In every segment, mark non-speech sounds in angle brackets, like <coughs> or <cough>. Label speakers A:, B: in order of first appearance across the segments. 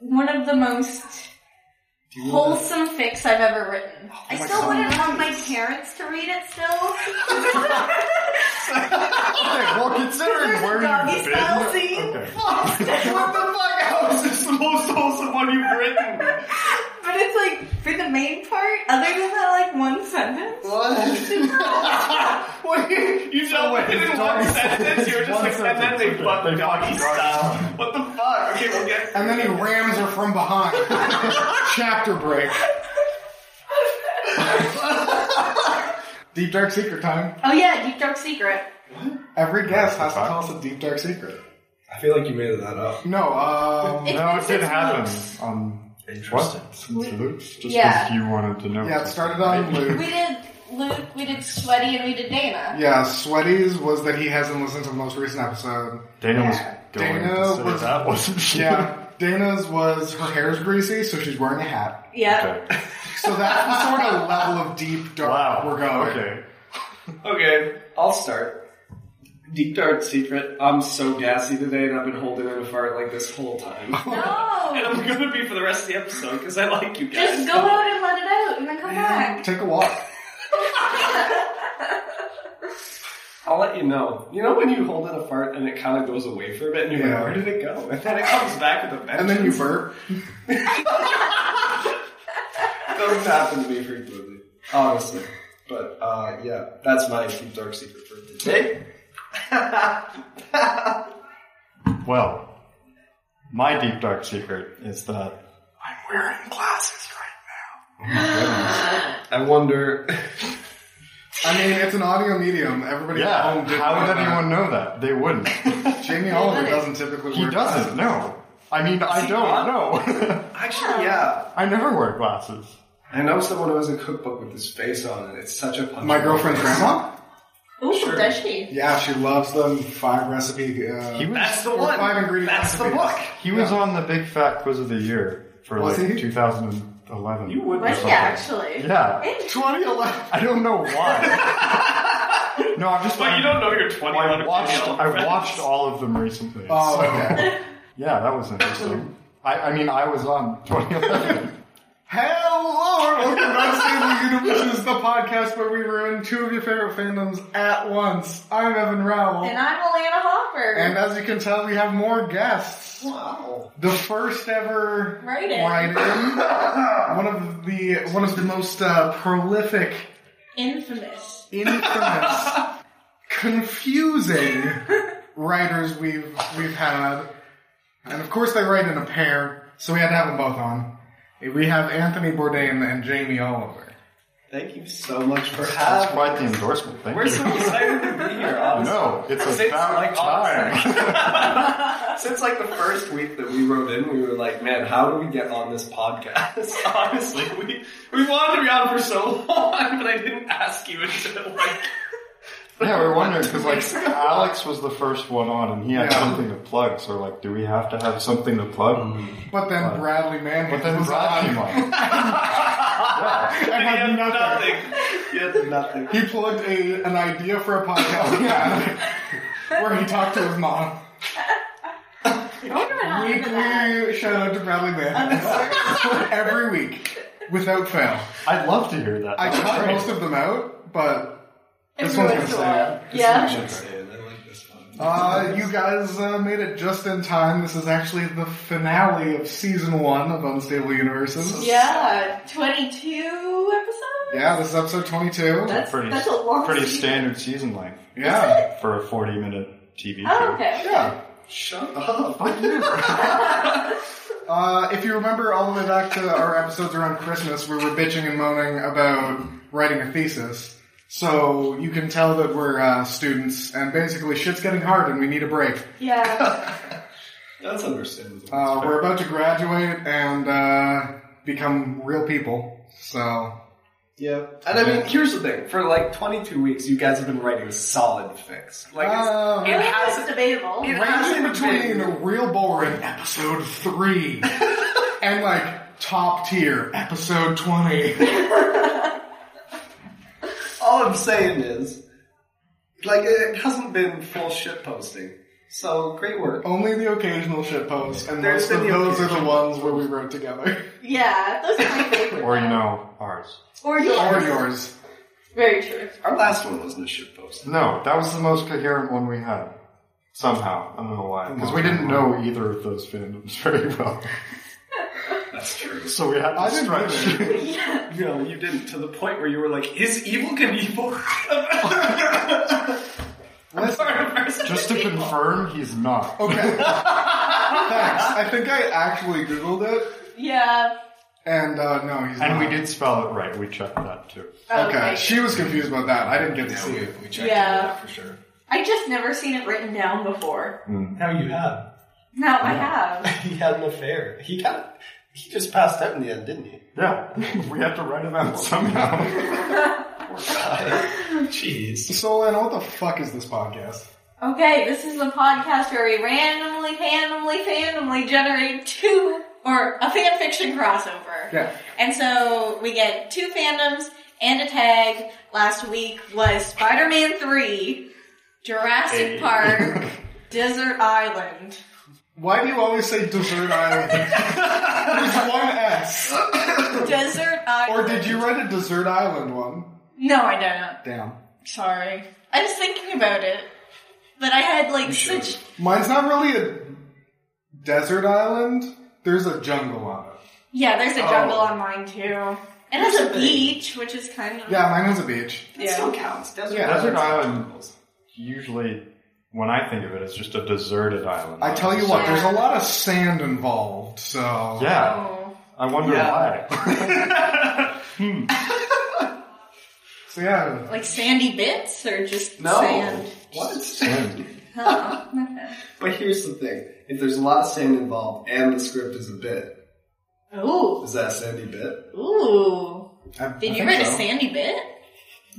A: one of the most
B: Do you know
A: wholesome fics I've ever written.
C: I
B: my
C: still
B: God.
C: wouldn't want my parents to read it
B: <laughs>
C: still.
B: that? well, considering
C: There's
B: where
C: doggy
B: you've been,
C: style scene.
B: okay. what the fuck? How is this the most wholesome one you've written?
C: But it's like for the main part, other than that like one sentence.
B: <laughs> What? what? You,
D: You know,
B: wait,
D: in
B: it's
D: one
B: doggy
D: sentence,
B: sentence.
D: you were just
B: One
D: like, and then
B: sentence,
D: they
B: okay.
D: fuck
B: They
D: doggy
B: fucked doggy
D: style.
B: style.
D: What the fuck? Okay, we'll get.
B: And then he rams her from behind. Chapter break. deep dark secret time.
A: Oh yeah, Deep Dark Secret.
B: Every guest has to tell us a deep dark secret.
E: I feel like you made that up.
B: No, um,
A: It's
F: no,
A: been
F: it did
A: six
F: happen
A: weeks.
F: on
E: Interesting.
F: what? Since loops, just
A: Yeah.
F: because you wanted to know.
B: Hmm. yeah, it started on
A: We
B: Luke.
A: did Luke, we did Sweaty, and we did Dana.
B: Yeah, Sweaties was that he hasn't listened to the most recent episode.
F: Dana was
A: Yeah.
F: going
B: Dana
F: to say
B: was-
F: that, wasn't
B: <laughs>
F: she?
B: Yeah, Dana's was her hair's greasy, so she's wearing a hat.
A: Yeah.
F: Okay.
B: So that's the sort of level of deep dark
F: Wow.
B: we're going.
F: Okay.
D: Okay.
E: I'll start. Deep Dart Secret. I'm so gassy today and I've been holding in a fart like this
B: <laughs>
E: whole time.
D: And
A: No!
D: I'm gonna be for the rest of the episode because I like you guys.
A: Just go out and let it out, and then come back.
B: Take a walk.
E: I'll let you know. You know when you hold in a fart and it kind of goes away for a bit and you're
B: Yeah.
E: like, where did it go? And then it comes back with a
B: And
E: vengeance.
B: then you burp.
E: Doesn't happen to me frequently, honestly. But uh, yeah, that's my deep dark secret for today.
F: Well, my deep dark secret is that I'm wearing glasses
E: I wonder. <laughs>
B: I mean, it's an audio medium. Everybody
F: right
B: at home
F: Yeah.
B: did
F: How would
B: that.
F: anyone know that?
B: <laughs>
F: They wouldn't.
B: Jamie Oliver
A: Really?
B: doesn't typically
F: he
B: wear
F: doesn't. No. I mean, I
E: he
F: don't know. <laughs>
E: Actually, yeah.
F: I never wear glasses.
E: I know someone who has a cookbook with his face on it. It's such a punch.
B: My girlfriend's grandma?
A: Ooh,
E: Sure.
A: does she?
B: Yeah, she loves them five recipe. Uh,
F: He was
D: That's the
B: or
D: one.
B: Five ingredient
D: That's the
B: recipes.
D: book.
F: he was on the big fat quiz of the year for
B: Was
F: like
B: he?
F: 2011.
E: You would
F: or
E: be
A: Was she
F: something.
A: actually?
F: Yeah.
A: Interesting.
B: 2011.
F: I don't
B: <laughs>
F: know why. no, I'm just.
D: But you don't know you're 21.
F: I watched.
D: female
F: I
D: friends.
F: watched all of them recently.
B: Oh,
F: so-
B: okay.
F: Yeah, that was interesting. I, I mean, I was on 2011.
B: Hello, and welcome back to Stable Universes, the podcast where we ruin two of your favorite fandoms at once. I'm Evan
A: And
B: Rowell,
A: I'm Alana Hopper.
B: and as you can tell, we have more guests.
E: Wow.
B: The first ever
A: Write-in.
B: write-in. one of the one of the most uh, prolific,
A: Infamous.
B: infamous, confusing writers we've we've had, and of course they write in a pair, so we had to have them both on. We have Anthony Bourdain and Jamie Oliver.
E: Thank you so much for
F: That's
E: having.
F: quite the endorsement. Thank
E: We're
F: you.
E: so excited to be here. Honestly.
F: no, it's
E: Since,
F: about
E: like, honestly.
F: time. <laughs>
E: Since like the first week that we wrote in, we were like, man, how do we get on this podcast? <laughs>
D: Honestly, we we wanted to be on for so long, but I didn't ask you until
B: <laughs>
D: like.
F: yeah, we were wondering because like Alex was the first one on, and he had
B: Yeah.
F: something to plug. So like, do we have to have something to plug?
B: But then Bradley Manning
F: But then
B: was
F: Brad
B: on <laughs>
F: came on.
B: and
D: And
B: had
E: <laughs>
D: you have
B: nothing.
D: nothing.
E: yeah, nothing.
B: He plugged a, an idea for a podcast <laughs> yeah, where he talked to his mom.
A: I wonder what happened to that.
B: Weekly shout out to Bradley Manning <laughs> every week without fail.
F: I'd love to hear that.
B: I
F: That was
B: cut
F: great.
B: most of them out, but
A: Every
B: this one's gonna
A: once in a
B: stay
A: while.
B: out.
E: I
A: Yeah.
E: should say it. I like this one.
B: Uh, you guys uh, made it just in time. This is actually the finale of season one of Unstable Universes.
A: Yeah. 22 episodes?
B: Yeah, this is episode 22.
A: That's,
F: pretty,
A: that's a long
F: pretty
A: season.
F: standard season length
B: yeah.
F: for a 40 minute TV
A: Oh,
F: show.
A: okay.
B: Yeah.
E: Shut up.
B: Uh, if you remember all the way back to our episodes around Christmas, we were bitching and moaning about writing a thesis. So you can tell that we're uh, students, and basically shit's getting hard, and we need a break. <laughs>
A: Yeah.
E: That's understandable.
B: Uh, we're about to graduate and uh, become real people. So
E: Yeah. And I mean, here's the thing. For like 22 weeks, you guys have been writing a solid fix. Like, it's,
B: uh,
A: It
E: has-
A: was debatable.
E: it
B: ranging
E: hasn't
B: between
E: been-
B: real boring episode three and like top tier episode twenty. <laughs> Ah.
E: all I'm saying is, like, it hasn't been full shit posting. So great work.
B: Only the occasional shitposts, and
D: There's
B: most of
D: been the
B: those are the ones where we wrote together.
C: Yeah, those are my favorite.
F: Or you know, ours.
C: Or
B: or
C: yours.
B: yours.
C: Very true.
E: Our last one wasn't a shit post.
F: No, that was the most coherent one we had. Somehow. I don't know why. Because we didn't know either of those fandoms <laughs> very well.
E: That's true.
F: So we had to
B: I didn't
F: stretch.
C: Yeah.
D: <laughs> No, you didn't. To the point where you were like, "Is evil evil?" <laughs>
F: Just to confirm, he's not.
B: Okay. Thanks. I think I actually Googled it,
C: Yeah.
B: and uh, no, he's
F: And
B: not.
F: we did spell it right. We checked that too.
C: Oh,
B: Okay. she was confused about that. I didn't get to
E: Yeah,
B: see
E: we,
B: it.
E: we checked
C: Yeah.
E: it out for sure.
C: I just never seen it written down before.
E: Now you have.
C: No, I have.
E: He had an affair. He got. He just passed out in the end, didn't
D: <laughs>
E: he?
F: Yeah, <laughs> we had to write him out <laughs> somehow.
E: Poor guy. Jeez.
B: Solan, what the fuck is this podcast?
C: Okay, this is the podcast where we randomly, randomly, randomly generate two or a fan fiction crossover.
B: Yeah.
C: And so we get two fandoms and a tag. Last week was Spider-Man 3, Jurassic
B: <laughs>
F: Hey.
C: Park, Desert Island.
B: Why do you always say Desert Island? <laughs> There's one S.
C: Desert Island.
B: Or did you write a Desert Island one?
C: No, I don't.
B: Damn.
C: Sorry. I was thinking about it. But I had like such
B: Mine's not really a desert island. There's a jungle on it.
C: Yeah, there's a
B: Oh.
C: jungle on mine too. It has a beach, which is kind of
B: Yeah, mine has a beach.
E: That still counts. Desert
B: Yeah.
E: Island's
F: Desert Island.
E: jungles.
F: Usually, when I think of it, it's just a deserted island.
B: I tell you what,
F: So-
B: there's a lot of sand involved, so.
F: Yeah,
C: Oh.
F: I wonder
E: Yeah.
F: why.
B: So yeah.
C: Like sandy bits or just
B: <laughs>
E: No.
C: sand?
E: What?
F: Sand.
C: Huh. Okay.
E: But here's the thing: if there's a lot of sand involved and the script is a bit,
C: Ooh.
E: is that a sandy bit?
C: Ooh.
B: I,
C: Did you
B: I think
C: write a
B: so.
C: sandy bit?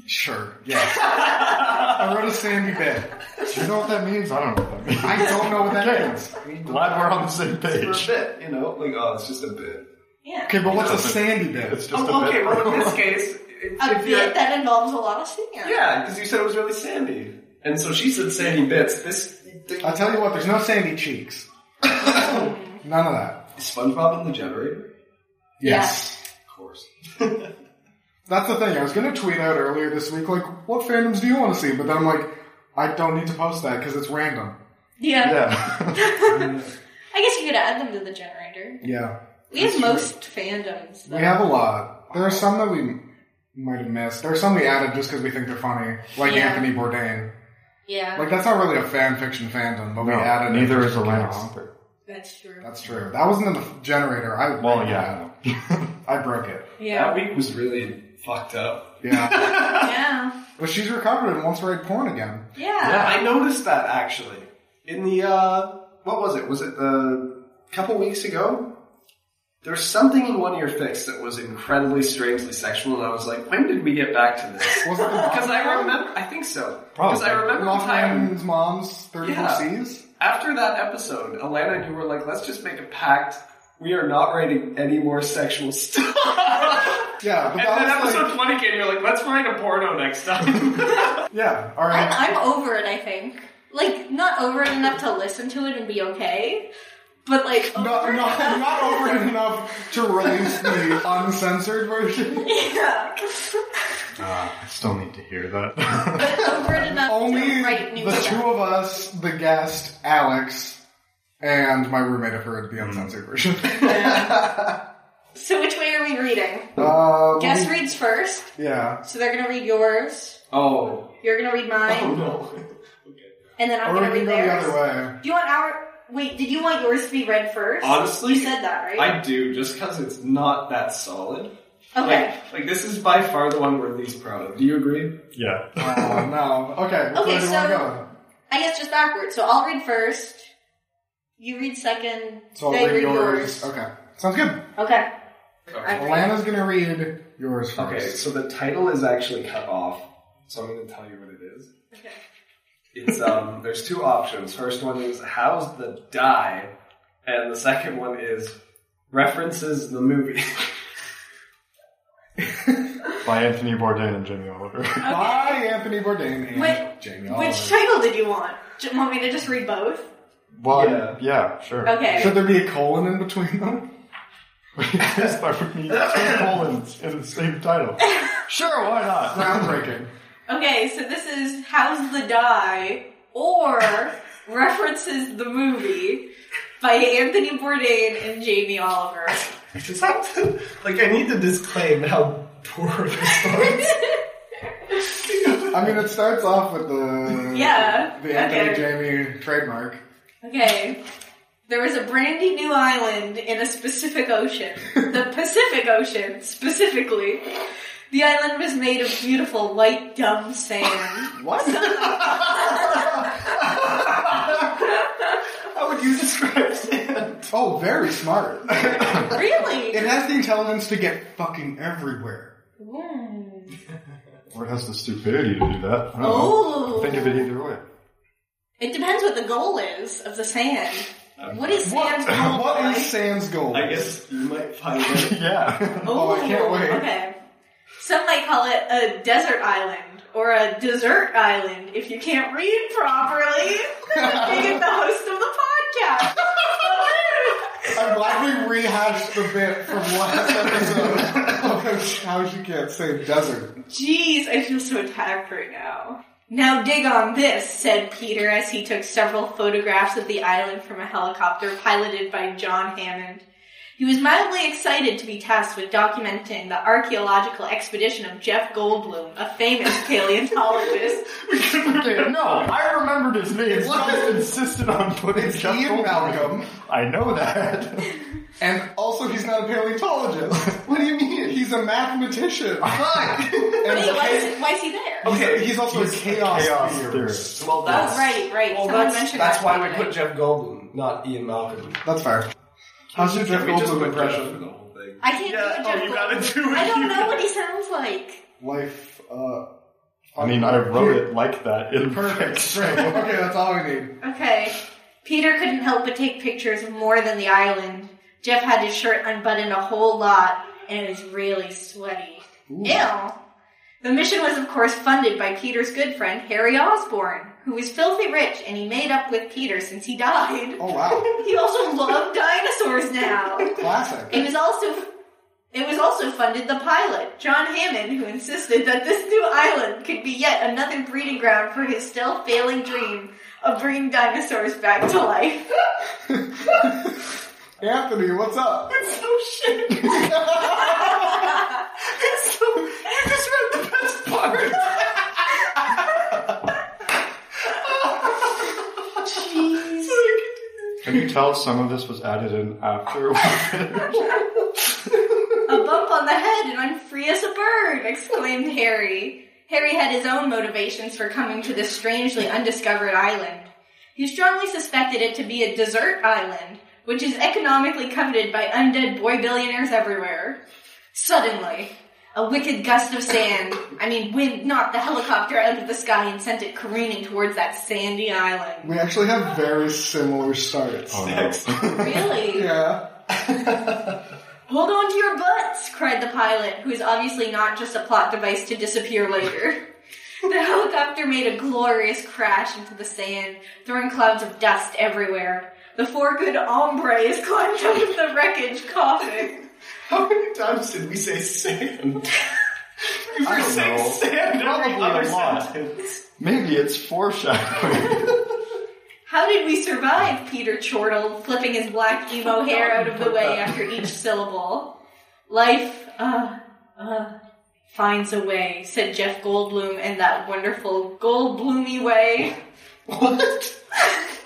B: Sure, yes. I wrote a sandy bed.
F: Do you know what that means? I don't know what that means.
B: I don't know what that means.
F: I'm glad we're on the same
E: It's
F: page.
E: for a bit, you know, like oh, it's just a bit.
C: Yeah.
B: Okay, but what's a
F: Doesn't-
B: sandy bed?
F: It's just
D: oh,
F: a
D: okay.
F: bit.
D: Well, in this
E: <laughs>
D: case, if
C: A
D: if you're-
C: bit that involves a lot of sand.
E: Yeah, because you said it was really sandy, and so she said sandy bits. This
B: I'll tell you what, there's no sandy cheeks. None of that.
E: SpongeBob and the generator,
B: Yes.
E: of course.
B: That's the thing. I was going to tweet out earlier this week, like, what fandoms do you want to see? But then I'm like, I don't need to post that because it's random.
C: Yeah.
F: Yeah.
C: <laughs> I guess you could add them to the generator.
B: <laughs> Yeah.
C: We have most fandoms. Though.
B: We have a lot. There are some that we m- might have missed. There are some we added just because we think they're funny, like
C: Yeah.
B: Anthony Bourdain.
C: Yeah,
B: Like that's not really a fan fiction fandom, but we
F: no,
B: added. it
F: neither
B: just
F: is a
B: because-
F: Humper.
C: that's true.
B: That's true. That wasn't in the f- generator. I
F: Well, yeah.
B: I broke it.
C: Yeah.
E: That week was really fucked up.
F: <laughs>
B: Yeah,
C: yeah.
B: but she's recovered and wants to write porn again.
C: Yeah.
F: Yeah.
E: I noticed that actually in the uh, what was it? Was it the couple weeks ago? There was something in one of your fix that was incredibly strangely sexual, and I was like, when did we get back to this? <laughs>
B: Was it
E: Because
B: the
E: I remember, I think so. Because
F: Probably.
E: I remember the time
B: Mothman's mom's thirty four
E: Yeah.
B: C's?
E: after that episode, Alana and you were like, let's just make a pact. We are not writing any more sexual <laughs> stuff.
B: Yeah,
D: and
B: but that
D: then
B: was
D: episode
B: like,
D: twenty came, you're like, "Let's find a porno next time."
B: yeah. All right.
C: I, I'm over it. I think. Like not over it enough to listen to it and be okay, but like over
B: Not,
C: it
B: not,
C: enough- <laughs>
B: not over it enough to release the uncensored
C: <laughs>
B: version.
C: yeah,
F: Ah, I still need to hear that. <laughs>
C: but over it enough
B: Only
C: to write new
B: the
C: stuff.
B: two of us, the guest, Alex, and my roommate have heard the uncensored version. <laughs>
C: So which way are we reading?
B: uh, let
C: Guess
B: me-
C: reads first,
B: yeah.
C: so they're gonna read yours.
E: <laughs> Oh.
C: You're gonna read
E: Oh
C: mine,
E: no.
C: and then I'm
B: or we
C: gonna
B: can
C: read
B: go the
C: theirs.
B: other way.
C: Do you want our? Wait, did you want yours to be read first?
E: Honestly,
C: you said that right.
E: I do, just because it's not that solid.
C: okay.
E: Like, like, this is by far the one we're least proud of. Do you agree?
F: yeah.
B: Oh, no. Okay. which
C: Okay,
B: way do you wanna
C: so-
B: go?
C: I guess just backwards. So I'll read first. You read second.
B: So I'll
C: they
B: read yours. Okay. Sounds good.
C: Okay.
E: Okay.
C: I read.
B: Alana's gonna read yours first.
E: Okay, so the title is actually cut off, so I'm going to tell you what it is.
C: Okay. <laughs>
E: It's um. There's two options. First one is how's the die, and the second one is references the movie.
F: by Anthony Bourdain and Jamie Oliver.
B: By Anthony Bourdain and
C: Wait,
B: Jamie Oliver.
C: Which title did you want? Do you want me to just read both?
F: well,
E: Yeah.
F: yeah, sure.
C: Okay.
B: Should there be a colon in between them?
F: <laughs> yes, that would mean two colons in the same title. Sure, why not?
B: <laughs> Groundbreaking.
C: Okay, so this is How's the Die or references the movie by Anthony Bourdain and Jamie
B: <laughs>
C: Oliver.
E: <laughs>
C: <laughs>
E: I just have to, like, I need to disclaim how poor this was.
B: I mean, it starts off with the
C: Yeah,
B: the Anthony
C: okay.
B: Jamie trademark.
C: Okay. There was a brandy new island in a specific ocean. The
B: <laughs>
C: Pacific Ocean, specifically. The island was made of beautiful white dumb
B: <laughs>
C: sand.
B: What?
E: how would you describe sand?
B: oh, very smart.
C: really?
B: <laughs> It has the intelligence to get fucking everywhere. Hmm.
C: Mm.
F: <coughs> Or has the stupidity to do that? I don't know. Think of
C: Oh.
F: it either way. <laughs>
C: It depends what the goal is of the sand. What is sand's goal?
B: <laughs> What
C: like?
B: is Sam's goal?
E: I guess you might find out.
F: yeah. <laughs>
B: Oh, I can't
C: Ooh,
B: wait.
C: Okay. Some might call it a desert island or a dessert island if you can't read
B: <laughs>
C: properly. Being the host of the podcast.
B: I'm glad we rehashed the bit from <laughs> last episode of how she can't say <laughs> desert.
C: Jeez, I feel so attacked right now. Now dig on this, said Peter as he took several photographs of the island from a helicopter piloted by John Hammond. He was mildly excited to be tasked with documenting the archaeological expedition of Jeff Goldblum, a famous <laughs> paleontologist.
F: no, I remembered his name.
B: What?
F: Just insisted on putting
B: It's
F: Jeff
B: Ian
F: Goldblum.
B: Malcolm,
F: I know that.
B: and also he's not a paleontologist. <laughs> What do you mean? He's a
C: <laughs>
B: mathematician. <laughs> Fuck! and
C: Wait, why
B: he's,
C: is, why is he there?
E: Okay,
B: he's also a chaos,
F: chaos
B: theorist.
F: theorist.
E: well, Oh, that's.
C: Oh, right, right.
E: Well,
C: Someone
E: that's,
C: mentioned
E: that's
C: that
E: why we
C: today.
E: put Jeff Goldblum, not Ian Malcolm.
B: That's fair. How's your Jeff
E: We just
B: Goldblum
E: put Jeff for
B: impression?
E: the whole thing.
C: I can't
D: Yeah,
C: do a
D: oh,
C: Jeff
D: you gotta
C: Goldblum.
D: do it,
C: I don't
D: you
C: know
D: gotta-
C: what
E: <laughs>
C: he sounds like.
B: Life, uh...
F: I mean, I wrote it like that in <laughs>
B: Perfect. Great. Okay, that's all we need.
C: Okay. Peter couldn't help but take pictures of more than the island. Jeff had his shirt unbuttoned a whole lot, and it was really sweaty. Ew. The mission was, of course, funded by Peter's good friend, Harry Osborne, who was filthy rich, and he made up with Peter since he died.
B: Oh, wow.
C: He also loved dinosaurs
E: <laughs>
C: now. It
B: Classic.
C: was also it was also funded the pilot, John Hammond, who insisted that this new island could be yet another breeding ground for his still failing dream of bringing dinosaurs back to life. <laughs>
B: Anthony, what's up?
C: oh shit! <laughs>
E: You just read the best part!
C: <laughs> Jeez.
F: Can you tell some of this was added in
E: <laughs>
F: after?
E: Oh,
C: A bump on the head and I'm free as a bird, exclaimed Harry. Harry had his own motivations for coming to this strangely undiscovered island. He strongly suspected it to be a desert island, which is economically coveted by undead boy billionaires everywhere. Suddenly, a wicked gust of sand, I mean wind, knocked the helicopter out of the sky and sent it careening towards that sandy island.
B: We actually have very similar starts.
F: Oh, no.
C: Really?
B: Yeah.
C: Hold on to your butts, cried the pilot, who is obviously not just a plot device to disappear later. the helicopter made a glorious crash into the sand, throwing clouds of dust everywhere. The four good hombres <laughs> climbed out of the wreckage, coughing.
E: <laughs> How many times did we say <laughs> sand? we
F: I
E: were
F: don't
E: saying
F: know.
E: sand every
F: Probably
E: other
F: a lot.
E: <laughs> sentence.
F: Maybe it's foreshadowing. <laughs>
C: How did we survive? Peter chortled, flipping his black emo hair out of the way after each syllable. Life, uh, uh, finds a way, said Jeff Goldblum in that wonderful Goldblumy way.
E: What?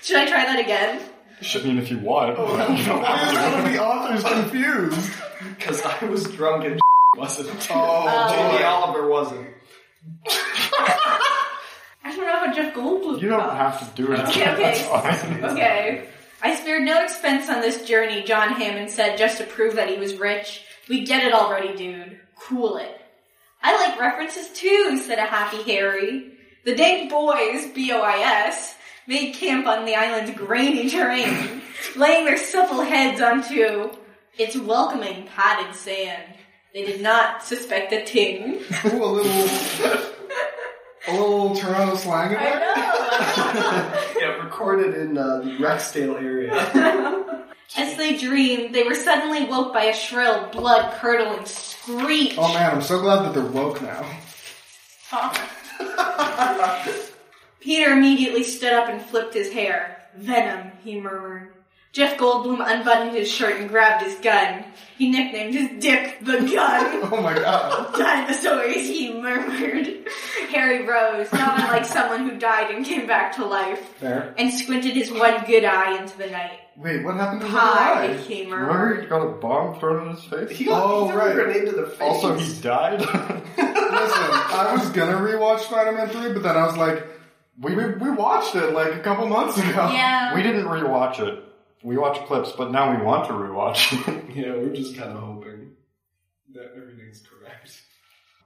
C: Should I try that again?
F: Should mean if you want.
E: Oh,
B: Why is one of the authors confused?
E: Because I was drunk and <laughs> wasn't.
B: Oh,
E: Jamie
B: boy.
E: Oliver wasn't.
C: <laughs> I don't know how Jeff Goldblum.
F: You don't have to do it.
C: Okay, okay.
F: That's fine.
C: Okay. I spared no expense on this journey, John Hammond said, just to prove that he was rich. We get it already, dude. Cool it. I like references too, said a happy Harry. The Dank Boys, B-O-I-S, made camp on the island's grainy terrain, laying their supple heads onto its welcoming padded sand. They did not suspect a ting.
B: Ooh, a little, a little Toronto slang in
C: I
B: there.
C: know. <laughs>
E: Yeah, recorded in uh, the Rexdale <laughs> area.
C: As they dreamed, they were suddenly woke by a shrill, blood-curdling screech.
B: Oh man, I'm so glad that they're woke now. <laughs>
C: Peter immediately stood up and flipped his hair. Venom, he murmured. Jeff Goldblum unbuttoned his shirt and grabbed his gun. He nicknamed his dick the gun.
B: Oh my god.
C: Dinosaurs, he murmured. Harry rose, not unlike someone who died and came back to life,
B: There.
C: and squinted his one good eye into the night.
B: Wait, what happened to
C: Pie,
B: the guy?
C: he murmured.
F: Remember he got a bomb thrown in his face?
E: He got
B: Oh,
E: he threw
B: right.
E: a grenade to the face.
F: Also, he
E: <laughs>
F: died.
B: Listen, I was gonna rewatch Spider-Man 3, but then I was like, we, we, we watched it like a couple months ago.
C: Yeah.
F: we didn't rewatch it. We watched clips, but now we want to rewatch it.
E: Yeah, we're just kind of hoping that everything's correct.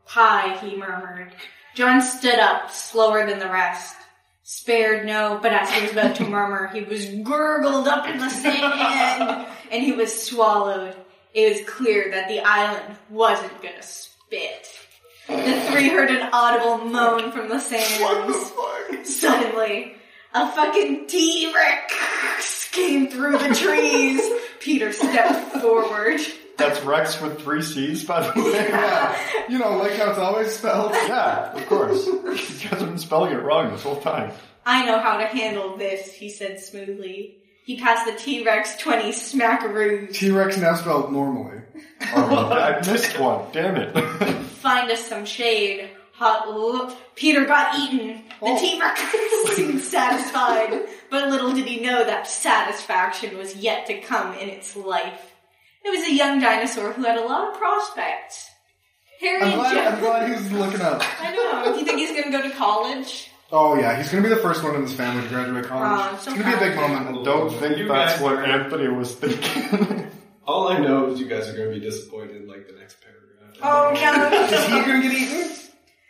C: Pie, he murmured. John stood up, slower than the rest. Spared no, but as he was about to murmur, he was gurgled up in the sand, and he was swallowed. It was clear that the island wasn't gonna spit. The three heard an audible moan from the sands. Suddenly, a fucking T-Rex came through the trees. Peter stepped forward.
F: That's Rex with three C's, by the way.
B: Yeah. <laughs> You know, like how it's always spelled.
F: Yeah, of course. You guys have been spelling it wrong this whole time.
C: I know how to handle this, he said smoothly. He passed the T-Rex 20 smackaroos.
B: T-Rex now spelled normally.
E: <laughs>
F: Oh, I missed one. Damn it. <laughs>
C: Find us some shade. Hot look. Peter got eaten. The
B: Oh.
C: T-Rex <laughs> seemed satisfied, but little did he know that satisfaction was yet to come in its life. It was a young dinosaur who had a lot of prospects. Harry
B: I'm
C: and
B: glad, I'm
C: Jeff.
B: glad he's looking up.
C: I know. Do you think he's gonna go to college?
B: Oh yeah, he's gonna be the first one in his family to graduate college.
C: Aw, I'm
B: it's
C: Oh, so
B: gonna be a big
C: proud.
B: moment.
F: Don't think
E: You
F: that's
E: guys
F: what
E: are-
F: Anthony was thinking.
E: All I know is you guys are going to be disappointed in like the next paragraph.
C: Oh
B: <laughs> Is he
C: no.
B: gonna get eaten?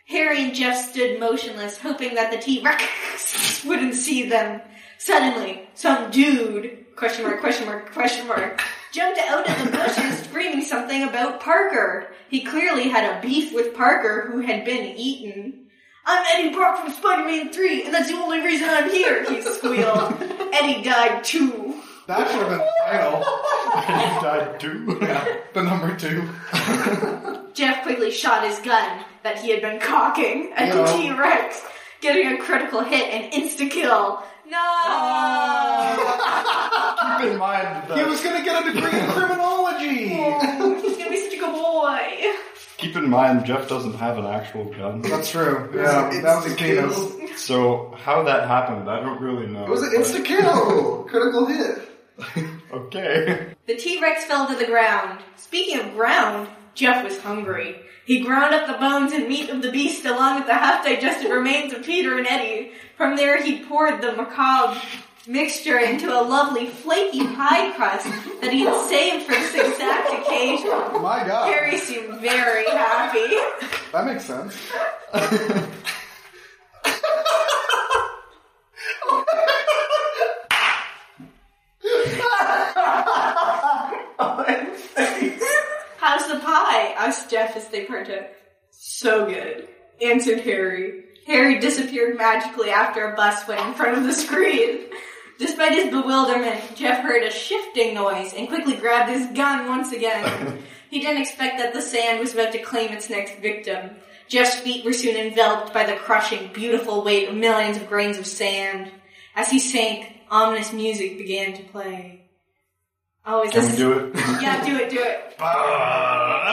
C: Harry and Jeff stood motionless, hoping that the T-Rex wouldn't see them. Suddenly, some dude, question mark, question mark, question mark, jumped out of the bushes screaming something about Parker. He clearly had a beef with Parker, who had been eaten. I'm Eddie Brock from Spider-Man 3, and that's the only reason I'm here, he squealed. Eddie died too.
B: That should have been the
C: <laughs>
B: title.
F: and I do.
B: The number two.
C: Jeff quickly shot his gun that he had been cocking at
B: No.
C: the T Rex, getting a critical hit and insta kill. No!
F: Keep in mind
B: He
F: that.
B: was gonna get a degree in criminology.
C: He's gonna be such a good boy.
F: Keep in mind, Jeff doesn't have an actual gun.
B: That's true. Yeah,
E: It's
B: that was a
E: the
B: penis.
E: kill.
F: So how that happened, I don't really know.
E: It was an insta kill, critical hit.
F: Okay.
C: The T Rex fell to the ground. Speaking of ground, Jeff was hungry. He ground up the bones and meat of the beast along with the half digested remains of Peter and Eddie. From there, he poured the macabre mixture into a lovely flaky pie crust that he had saved for this exact occasion.
B: My god,
C: Harry seemed very happy.
B: that makes sense.
C: How's the pie? asked Jeff as they partook. So good, answered Harry. Harry disappeared magically after a bus went in front of the screen. Despite his bewilderment, Jeff heard a shifting noise and quickly grabbed his gun once again.
F: <laughs>
C: He didn't expect that the sand was about to claim its next victim. Jeff's feet were soon enveloped by the crushing, beautiful weight of millions of grains of sand. As he sank, ominous music began to play. Oh, is
F: Can
C: this
F: we do it?
C: Yeah, do it, do it.
E: <laughs>
D: we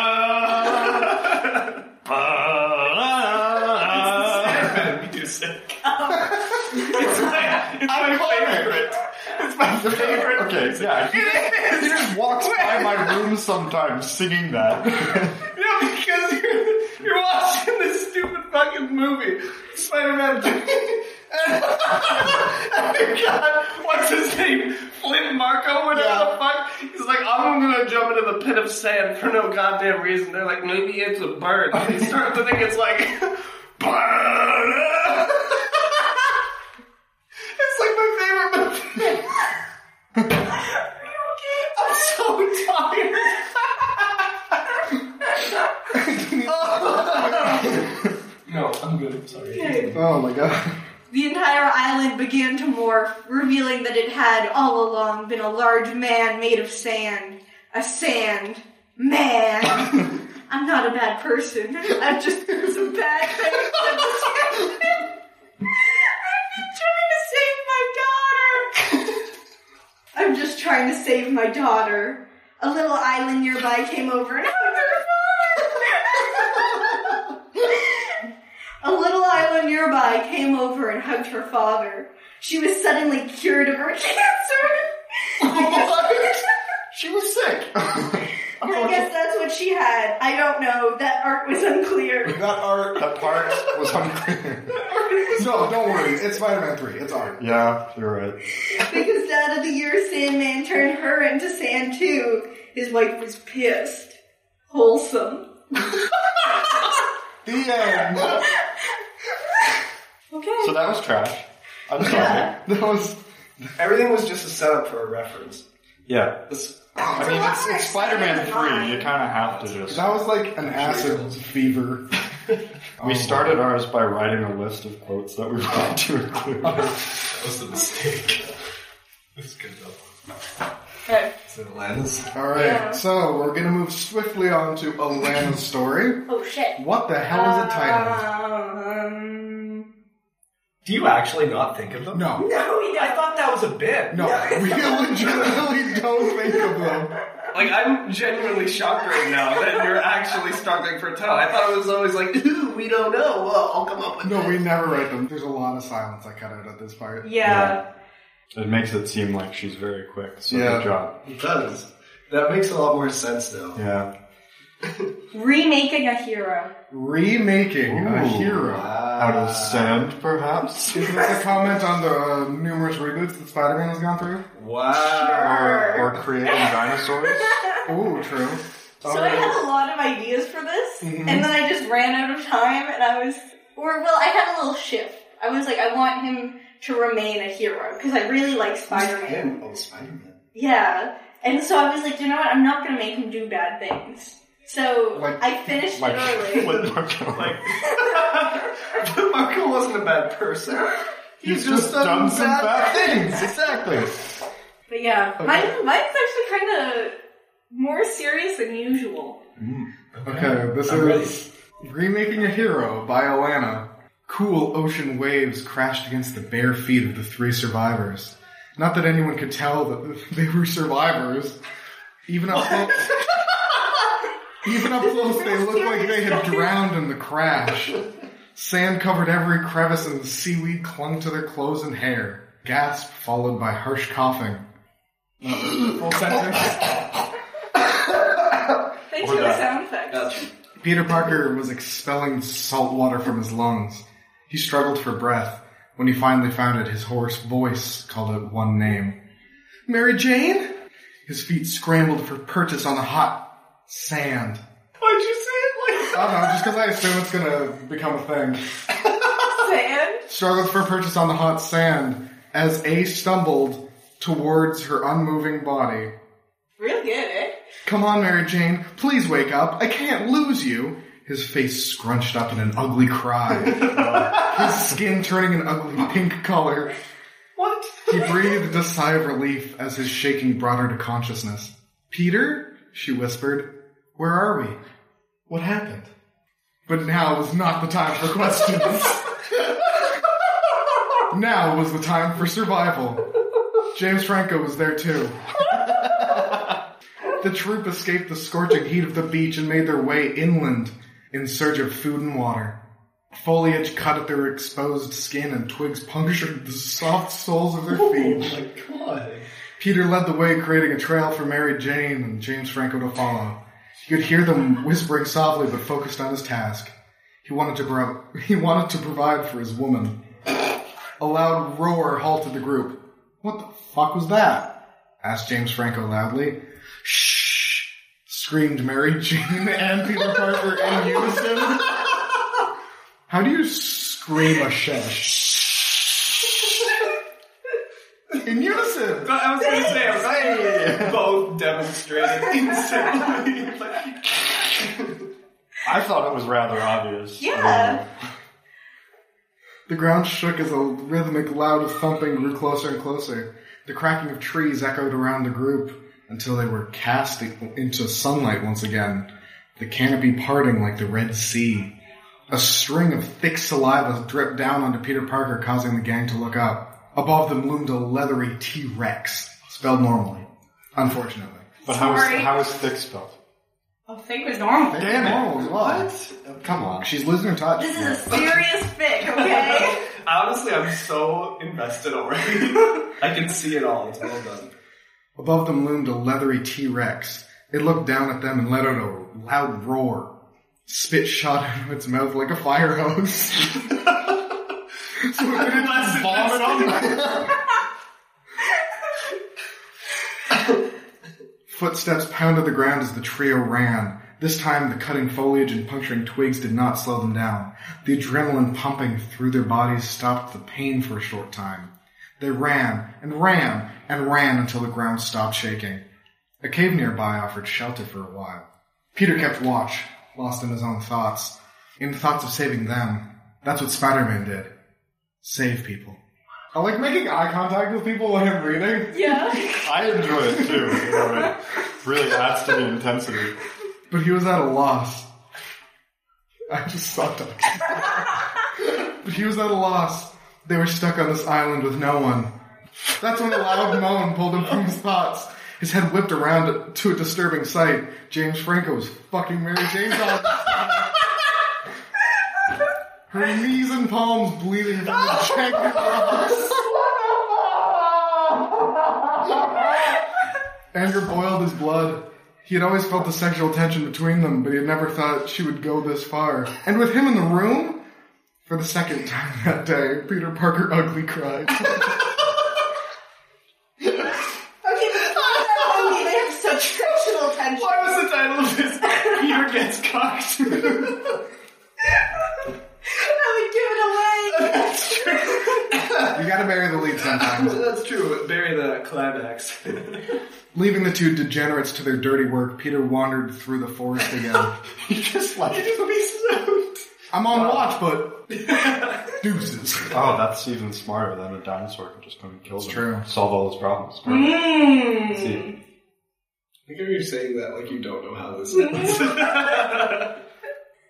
D: do sick. it's my, it's my favorite. It's my favorite.
F: okay, yeah. He just, he just walks by my room sometimes singing that.
D: No, because you're, you're watching this stupid fucking movie, Spider-Man 3. And, <laughs> and God, what's his name? Flint Marco, whatever the fuck. He's like, I'm gonna jump into the pit of sand for no goddamn reason. They're like, maybe it's a bird. And they start to think it's like, bird. <laughs> It's like my favorite movie. Are you okay? I'm so tired.
B: Oh my god.
C: The entire island began to morph, revealing that it had all along been a large man made of sand. A sand man. I'm not a bad person. I'm just some bad things. I'm just- <laughs> I'm just trying to save my daughter. A little island nearby came over and hugged her father. A little island nearby came over and hugged her father. She was suddenly cured of her cancer. I guess,
E: She was sick.
C: I guess that's what she had. I don't know. That art was <laughs> unclear.
B: That art
F: That part was unclear.
B: No, don't worry. It's Spider-Man 3. It's art.
F: Yeah, you're right.
C: Because that of the year Sandman turned her into sand too. His wife was pissed. Wholesome.
B: The um, end.
C: Okay.
F: So that was trash. I'm
B: <laughs>
F: sorry.
B: That was...
E: Everything was just a setup for a reference.
F: Yeah.
E: This-
F: I mean, it's, it's Spider-Man 3. You kind of have to just...
B: That was like an acid fever.
F: We started ours by writing a list of quotes that we <laughs> wanted to include.
D: That was the mistake. It's good though.
C: Okay.
D: Is it Aladdin's?
B: Alright,
C: Yeah.
B: so we're gonna move swiftly on to Alana's story.
C: Oh shit.
B: What the hell is it titled?
C: Um,
D: Do you actually not think of
E: Uh,
D: them?
B: No.
C: no, we
D: I
C: don't.
D: thought that was a bit.
E: <laughs>
B: No, we legitimately don't think of them.
E: Like, I'm genuinely shocked right now that you're actually struggling for a title. I thought it was always like, ooh, we don't know. Well, I'll come up with
B: No, we never write them. There's a lot of silence I cut out at this part.
C: Yeah.
F: It makes it seem like she's very quick, so
B: Yeah.
F: good job.
E: It does. That makes a lot more sense now.
F: Yeah.
C: Remaking a hero.
B: Remaking a
F: Ooh.
B: hero.
F: Out of sand, perhaps?
B: Is this a comment on the uh, numerous reboots that Spider-Man has gone through?
E: Wow.
F: <laughs> Or, or <laughs> creating dinosaurs?
B: Ooh, true.
C: So I had a lot of ideas for this, and then I just ran out of time, and I was, or well, I had a little shift. I was like, I want him to remain a hero because I really like Spider-Man.
E: Him. Oh, Spider-Man.
C: Yeah, and so I was like, you know what? I'm not gonna make him do bad things. So
B: Like-
C: I finished
F: <laughs> Like,
C: it early.
F: what Marco- like,
E: <laughs> But Marco wasn't a bad person.
F: he's just done some bad things. Exactly.
C: But yeah, mine, mine's actually kind of more serious than usual.
B: Okay, this
D: I'm
B: is Remaking a Hero by Alana. Cool ocean waves crashed against the bare feet of the three survivors. Not that anyone could tell that <laughs> they were survivors. Even up close, <laughs> even up close, they looked like they had drowned in the crash. Sand covered every crevice and the seaweed clung to their clothes and hair. Gasp followed by harsh coughing. Full sentence.
C: Thanks for the sound effect.
B: Peter Parker was expelling salt water from his lungs. He struggled for breath. When he finally found it, his hoarse voice called out one name. Mary Jane? His feet scrambled for purchase on the hot sand.
E: Why'd you say it like
B: I don't know, just because I assume it's gonna become a thing.
C: Sand.
B: Struggled for purchase on the hot sand as A stumbled towards her unmoving body.
C: <laughs> Real good, eh?
B: Come on, Mary Jane, please wake up. I can't lose you. His face scrunched up in an ugly cry, his skin turning an ugly pink color.
E: What?
B: He breathed a sigh of relief as his shaking brought her to consciousness. Peter? She whispered. Where are we? What happened? But now was not the time for questions. now was the time for survival. James Franco was there too. the troop escaped the scorching heat of the beach and made their way inland in search of food and water. Foliage cut at their exposed skin and twigs punctured the soft soles of their feet.
E: Oh my god.
B: Peter led the way, creating a trail for Mary Jane and James Franco to follow. You could hear them whispering softly, but focused on his task. He wanted to pro- <laughs> he wanted to provide for his woman. A loud roar halted the group. What the fuck was that? asked James Franco loudly. Shh! screamed Mary <laughs> Jane and Peter Parker in unison. <laughs> How do you scream a shush? <laughs> In unison!
E: But I was gonna say, I was like, both demonstrated <laughs> instantly. Like,
F: I thought it was rather obvious.
C: Yeah.
B: The ground shook as a rhythmic, loud thumping grew closer and closer. The cracking of trees echoed around the group until they were cast into sunlight once again, the canopy parting like the Red Sea. A string of thick saliva dripped down onto Peter Parker, causing the gang to look up. Above them loomed a leathery T-Rex, spelled normally. Unfortunately.
F: But how is,
C: Sorry.
F: how is thick spelled?
A: Well, think was normal.
F: Damn it.
B: Normal as well. Come on. She's losing her touch.
C: This is a serious fic, okay?
E: <laughs> Honestly, I'm so invested already. I can see it all. It's well done.
B: Above them loomed a leathery T-Rex. It looked down at them and let out a loud roar. Spit shot <laughs> out of its mouth like a fire hose. so it didn't vomit on them. Footsteps pounded the ground as the trio ran. This time, the cutting foliage and puncturing twigs did not slow them down. The adrenaline pumping through their bodies stopped the pain for a short time. They ran and ran and ran until the ground stopped shaking. A cave nearby offered shelter for a while. Peter kept watch, lost in his own thoughts, in thoughts of saving them. That's what Spider-Man did. Save people. I like making eye contact with people when I'm reading,
C: yeah.
F: <laughs> I enjoy it too. <laughs> you know, it really adds to the intensity.
B: but he was at a loss. I just sucked up. but he was at a loss. They were stuck on this island with no one. That's when a loud moan pulled him from his thoughts. His head whipped around to a disturbing sight. James Franco was fucking Mary Jane's office. Her knees and palms bleeding from the jagged rocks. Anger boiled his blood. He had always felt the sexual tension between them, but he had never thought she would go this far. And with him in the room, for the second <laughs> time that day, Peter Parker ugly <laughs> cried.
C: Okay, but that's okay. They have such sexual tension.
E: Why was the title of this? Peter gets cocked.
C: I would give it away.
E: That's true.
B: you gotta bury the lead sometimes.
E: That's true. Bury the climax. <laughs>
B: Leaving the two degenerates to their dirty work, Peter wandered through the forest <laughs> again.
F: He just like.
B: I'm on watch, but <laughs> deuces.
F: Oh, that's even smarter than a dinosaur could just come and kill them.
B: true.
F: Solve all his problems.
C: Hmm. Mm-hmm.
F: See,
E: I think you're saying that like you don't know how this <laughs> happens.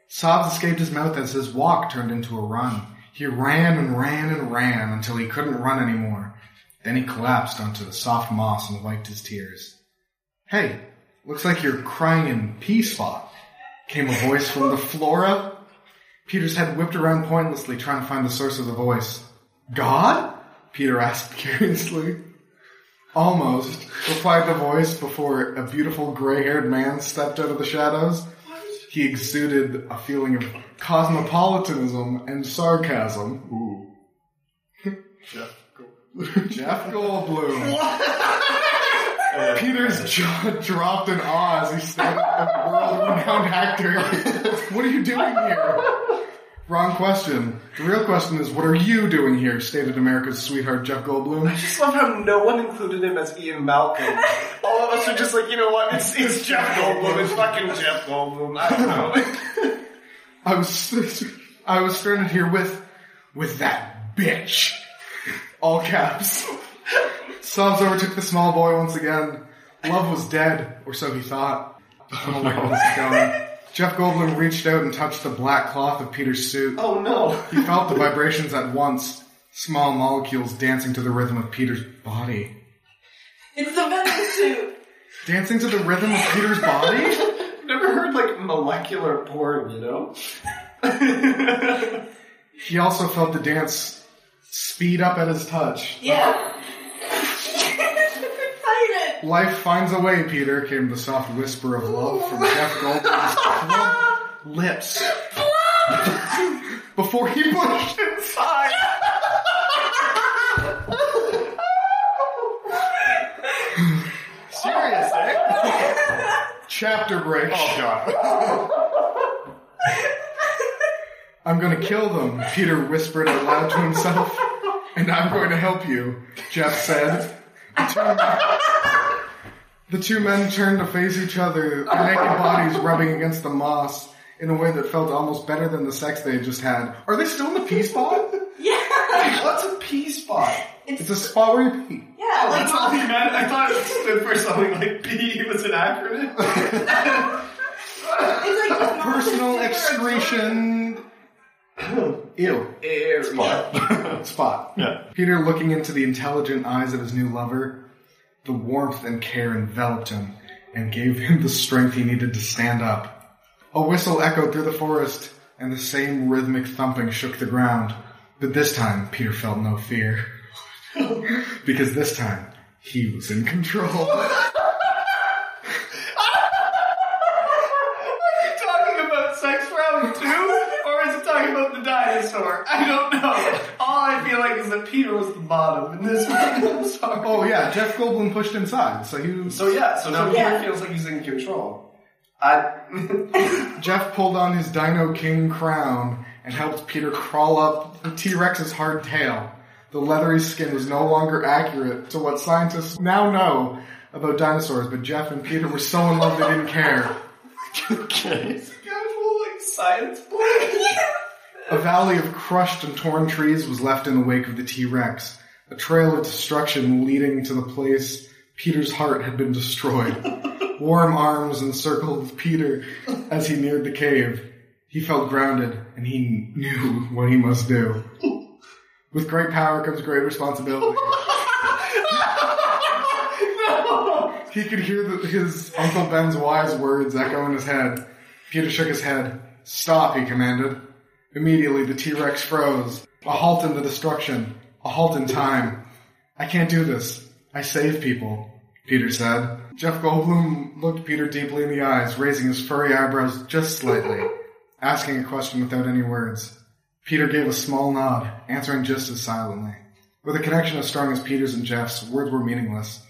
B: Sobs escaped his mouth as his walk turned into a run. He ran and ran and ran until he couldn't run anymore. Then he collapsed onto the soft moss and wiped his tears. Hey, looks like you're crying in peace, Spot, came a voice from the flora. Peter's head whipped around pointlessly trying to find the source of the voice. God? Peter asked <laughs> curiously. Almost, replied the voice before a beautiful gray-haired man stepped out of the shadows he exuded a feeling of cosmopolitanism and sarcasm. <laughs>
F: ooh. <laughs> Jeff. <laughs>
B: Jeff Goldblum. Peter's jaw dropped in awe as he stared at a world-renowned actor. <laughs> what are you doing here? Wrong question. The real question is, what are you doing here? Stated America's sweetheart Jeff Goldblum.
E: I just love how no one included him as Ian Malcolm. All of us are just like, you know what? It's, it's Jeff Goldblum. It's fucking Jeff Goldblum. I don't know.
B: I was <laughs> I was stranded here with with that bitch. All caps. Sobs overtook the small boy once again. Love was dead, or so he thought. Oh I don't know where this is going. Jeff Goldblum reached out and touched the black cloth of Peter's suit.
E: <laughs> oh no.
B: He felt the vibrations at once, small molecules dancing to the rhythm of Peter's body.
C: It's the venom suit.
B: Dancing to the rhythm of Peter's body?
E: Never heard like molecular porn, you <laughs> know?
B: He also felt the dance speed up at his touch.
C: Yeah. Excited.
B: Life finds a way, Peter, came the soft whisper of love from Jeff Goldblum's <laughs> plump lips. Before he pushed inside. Serious, eh? Chapter break.
F: Oh god.
B: <laughs> I'm gonna kill them, Peter whispered out loud to himself. And I'm going to help you, Jeff said. The two men- The two men turned to face each other, their naked bodies rubbing against the moss in a way that felt almost better than the sex they had just had. Are they still in the peace pod?
C: Yeah.
E: Like, what's a pee spot?
B: It's a spot where you pee.
C: Yeah, like
E: That's all he meant. I thought it stood for something like pee was an acronym.
C: it's like the smallest <laughs>
B: Personal
C: zipper.
B: excretion. Ew. Spot.
F: Yeah.
B: Peter, looking into the intelligent eyes of his new lover, the warmth and care enveloped him and gave him the strength he needed to stand up. A whistle echoed through the forest, and the same rhythmic thumping shook the ground. But this time, Peter felt no fear. <laughs> because this time, he was in control. <laughs>
D: Are you talking about sex round two? Or is it talking about the dinosaur? I don't know. All I feel like is that Peter was the bottom in this one. <laughs> I'm sorry.
B: oh yeah, Jeff Goldblum pushed inside, so he was...
E: So yeah, so now
C: Yeah.
E: Peter feels like he's in control. I <laughs>
B: Jeff pulled on his Dino King crown and helped Peter crawl up T Rex's hard tail. The leathery skin was no longer accurate to what scientists now know about dinosaurs, but Jeff and Peter were so in love they didn't care.
F: Okay.
E: casual like science boy.
B: A valley of crushed and torn trees was left in the wake of the T Rex, a trail of destruction leading to the place Peter's heart had been destroyed. Warm arms encircled Peter as he neared the cave. He felt grounded, and he knew what he must do. With great power comes great responsibility. He could hear the, his Uncle Ben's wise words echo in his head. Peter shook his head. Stop, he commanded. Immediately, the T Rex froze. A halt in the destruction. A halt in time. I can't do this. I save people, Peter said. Jeff Goldblum looked Peter deeply in the eyes, raising his furry eyebrows just slightly, asking a question without any words. Peter gave a small nod, answering just as silently. With a connection as strong as Peter's and Jeff's, words were meaningless.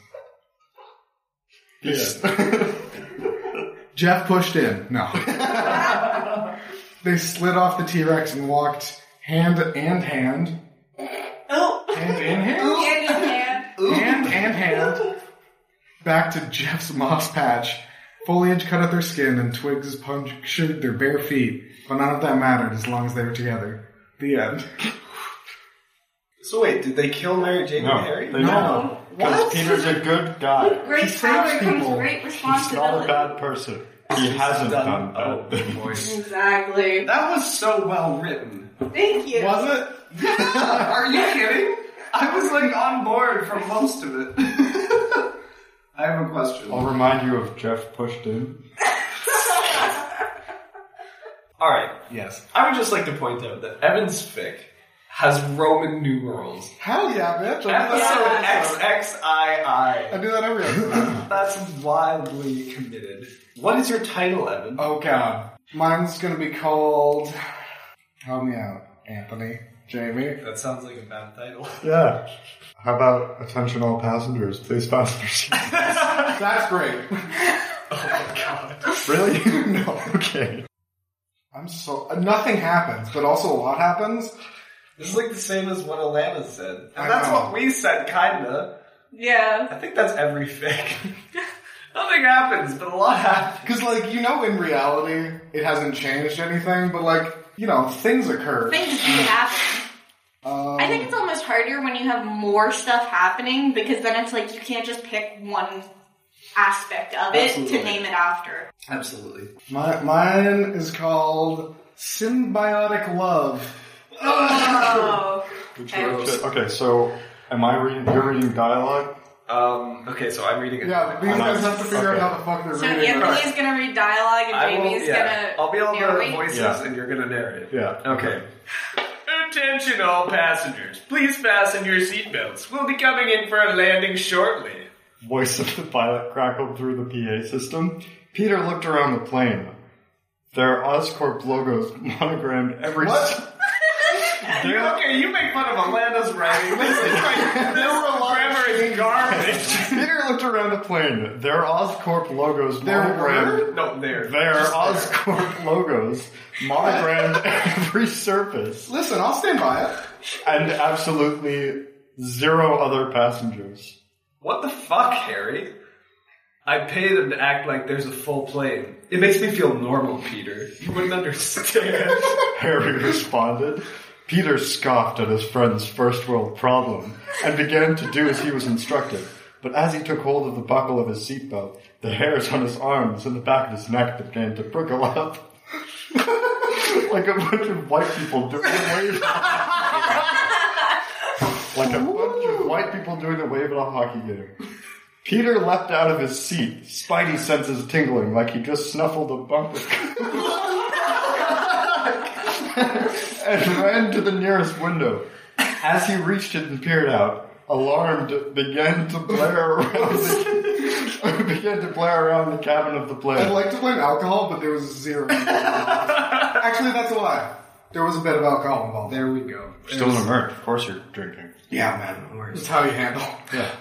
F: <laughs>
B: Jeff pushed in. <laughs> No. they slid off the T Rex and walked hand and hand.
C: Oh,
B: Hand and hand?
C: hand in hand.
B: Hand and hand. Back to Jeff's moss patch. Foliage cut at their skin and twigs punctured their bare feet, but none of that mattered as long as they were together. The end.
E: <laughs> So wait, did they kill Mary Jane and Harry?
F: No, they
B: No.
F: didn't. Because Peter's a good guy.
C: Great
B: saves
C: power comes
B: people.
C: great
F: He's not a
C: responsibility.
F: bad person. He hasn't done,
E: oh,
F: bad
E: good
F: things.
E: voice.
C: Exactly.
E: That was so well written.
C: Thank you.
B: Was it?
E: <laughs> Are you kidding? I was like on board for most of it. <laughs> I have a question.
F: I'll remind you of Jeff pushed in.
E: All right,
B: Yes.
E: I would just like to point out that Evan's fic has Roman numerals.
B: Hell yeah, bitch. I do that,
E: Episode
C: Yes.
E: XXII.
B: I do that every episode.
E: That's wildly committed. What is your title, Evan?
B: Oh god. Mine's gonna be called Help me out, Anthony. Jamie.
E: That sounds like a bad title. <laughs>
F: Yeah. How about attention all passengers? Please fasten your seat.
B: That's great.
F: really? <laughs>
B: no.
F: Okay.
B: I'm so nothing happens, but also a lot happens.
E: This is like the same as what Alana said. And
B: I
E: that's
B: know.
E: what we said, kinda.
C: Yeah.
E: I think that's every fic. <laughs> Nothing happens, but a lot happens.
B: Cause like, you know in reality it hasn't changed anything, but like, you know, things occur.
C: Things do happen.
B: Um,
C: I think it's almost harder when you have more stuff happening because then it's like you can't just pick one aspect of it
E: Absolutely.
C: to name it
B: <laughs>
C: after.
E: Absolutely.
B: Um, my, mine is called Symbiotic Love.
C: Oh.
E: Gross.
F: Okay, so am I reading? You're reading dialogue?
E: Um, okay, so I'm reading it.
B: Yeah, these guys have to figure
F: Okay.
B: out how the fuck they're
C: So
B: reading.
C: Anthony's gonna read dialogue and
E: I will,
C: Jamie's
E: yeah.
C: gonna
E: I'll be all the
C: narrate.
E: voices
F: Yeah.
E: and you're gonna narrate.
F: Yeah.
E: Okay. Attention all passengers. Please fasten your seatbelts. We'll be coming in for a landing shortly.
F: Voice of the pilot crackled through the PA system. Peter looked around the plane. There are Oscorp logos <laughs> monogrammed every.
B: What?
F: There-
E: Okay, you make fun of Alanda's
F: <laughs>
E: writing. This is like, this grammar is garbage.
F: <laughs> Peter looked around the plane. There are Oscorp logos
B: There
F: monogrammed.
B: were?
E: <laughs> No, there.
F: There are Oscorp <laughs> logos monogrammed <laughs> every surface,
B: Listen, I'll stand by it.
F: and absolutely zero other passengers.
E: What the fuck, Harry? I pay them to act like there's a full plane. <laughs> It makes me feel normal, Peter. You wouldn't understand.
F: Harry responded. Peter scoffed at his friend's first world problem and began to do as he was instructed. But as he took hold of the buckle of his seatbelt, the hairs on his arms and the back of his neck began to prickle up. like a bunch of white people doing a wave. like a bunch of white people doing a wave at a hockey game. Peter leapt out of his seat, spidey senses tingling like he just snuffled a bump of and ran to the nearest window. As he reached it and peered out, alarmed began to blare around the, <laughs> began to blare around the cabin of the
B: I'd
F: plane.
B: like to blame alcohol, but there was <laughs> zero. Actually, that's a lie. There was a bit of alcohol involved.
E: There we go.
F: Still an emerge, of course you're drinking.
B: Yeah, man. It's how you handle.
F: Yeah.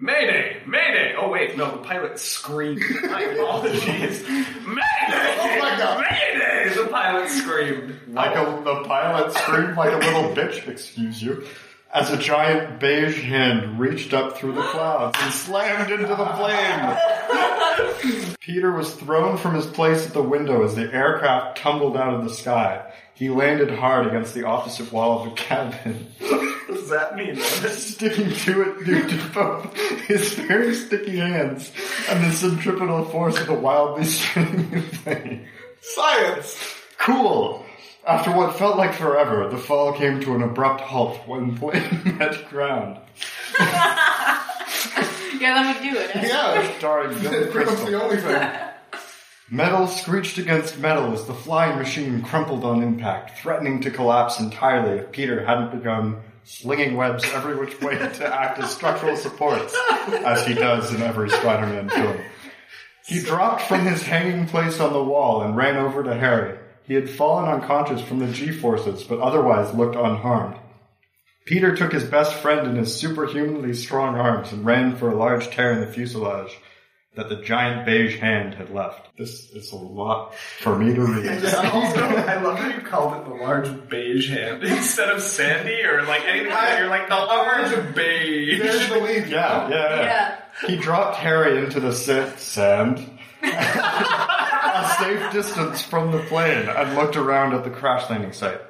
D: Mayday! Mayday! Oh wait, no, the pilot
E: <laughs>
D: screamed. My apologies. Mayday! Oh
B: my God.
D: Mayday! The pilot screamed.
F: Like a, the pilot screamed like a little bitch, excuse you, as a giant beige hand reached up through the clouds and slammed into the plane. Peter was thrown from his place at the window as the aircraft tumbled out of the sky. He landed hard against the opposite wall of the cabin,
D: What does that mean?
F: sticking to it due to both his very sticky hands and the centripetal force of the wildly spinning plane.
B: Science!
F: Cool! After what felt like forever, the fall came to an abrupt halt when plane <laughs> met ground.
C: Yeah, let me do it.
B: <laughs> Yeah.
F: Starring Billy
B: <laughs> Pretty much the
F: Crystal.
B: only thing.
F: <laughs> Metal screeched against metal as the flying machine crumpled on impact, threatening to collapse entirely if Peter hadn't begun slinging webs every which way to act as structural supports, as he does in every Spider-Man film. He dropped from his hanging place on the wall and ran over to Harry. He had fallen unconscious from the G-forces, but otherwise looked unharmed. Peter took his best friend in his superhumanly strong arms and ran for a large tear in the fuselage that the giant beige hand had left. This is a lot for me to read.
D: Also, I love that you called it the large beige hand <laughs> instead of sandy or like anything. like that. You're like the large beige.
B: There's the lead.
F: Yeah, yeah,
C: Yeah.
F: He dropped Harry into the sa- sand, a safe distance from the plane, and looked around at the crash landing site.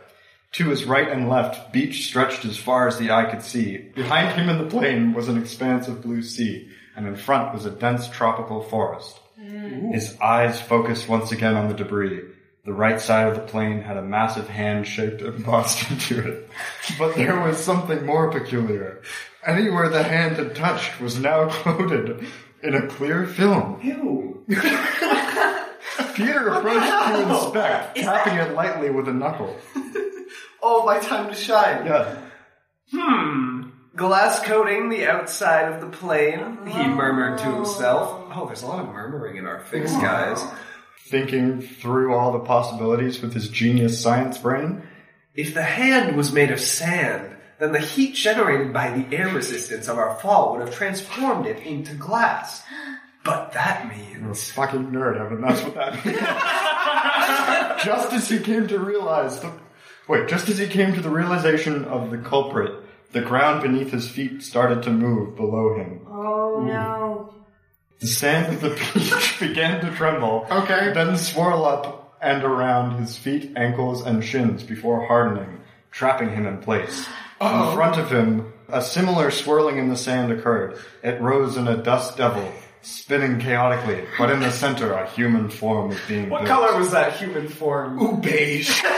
F: To his right and left, beach stretched as far as the eye could see. Behind him in the plane was an expanse of blue sea, and in front was a dense tropical forest. His eyes focused once again on the debris. The right side of the plane had a massive hand shaped <laughs> embossed into it. But there was something more peculiar. Anywhere the hand had touched was now <laughs> coated in a clear film.
E: Ew.
F: Peter approached to inspect, tapping it lightly with a knuckle.
E: Oh, my time to shine.
F: Yeah.
D: Hmm.
E: Glass coating the outside of the plane, he murmured to himself. Oh, there's a lot of murmuring in our fix, guys.
F: Thinking through all the possibilities with his genius science brain.
E: If the hand was made of sand, then the heat generated by the air resistance of our fall would have transformed it into glass. But that
F: You're a
E: means
F: fucking nerd, Evan. That's what that means. <laughs> just as he came to realize the wait, just as he came to the realization of the culprit, the ground beneath his feet started to move below him.
A: Oh no.
F: The sand of the beach <laughs> began to tremble,
B: Okay.
F: then swirl up and around his feet, ankles, and shins before hardening, trapping him in place. In front of him, a similar swirling in the sand occurred. It rose in a dust devil, spinning chaotically, but in the center, a human form was being
D: What
F: built.
D: color was that human form?
B: Ooh, beige. <laughs>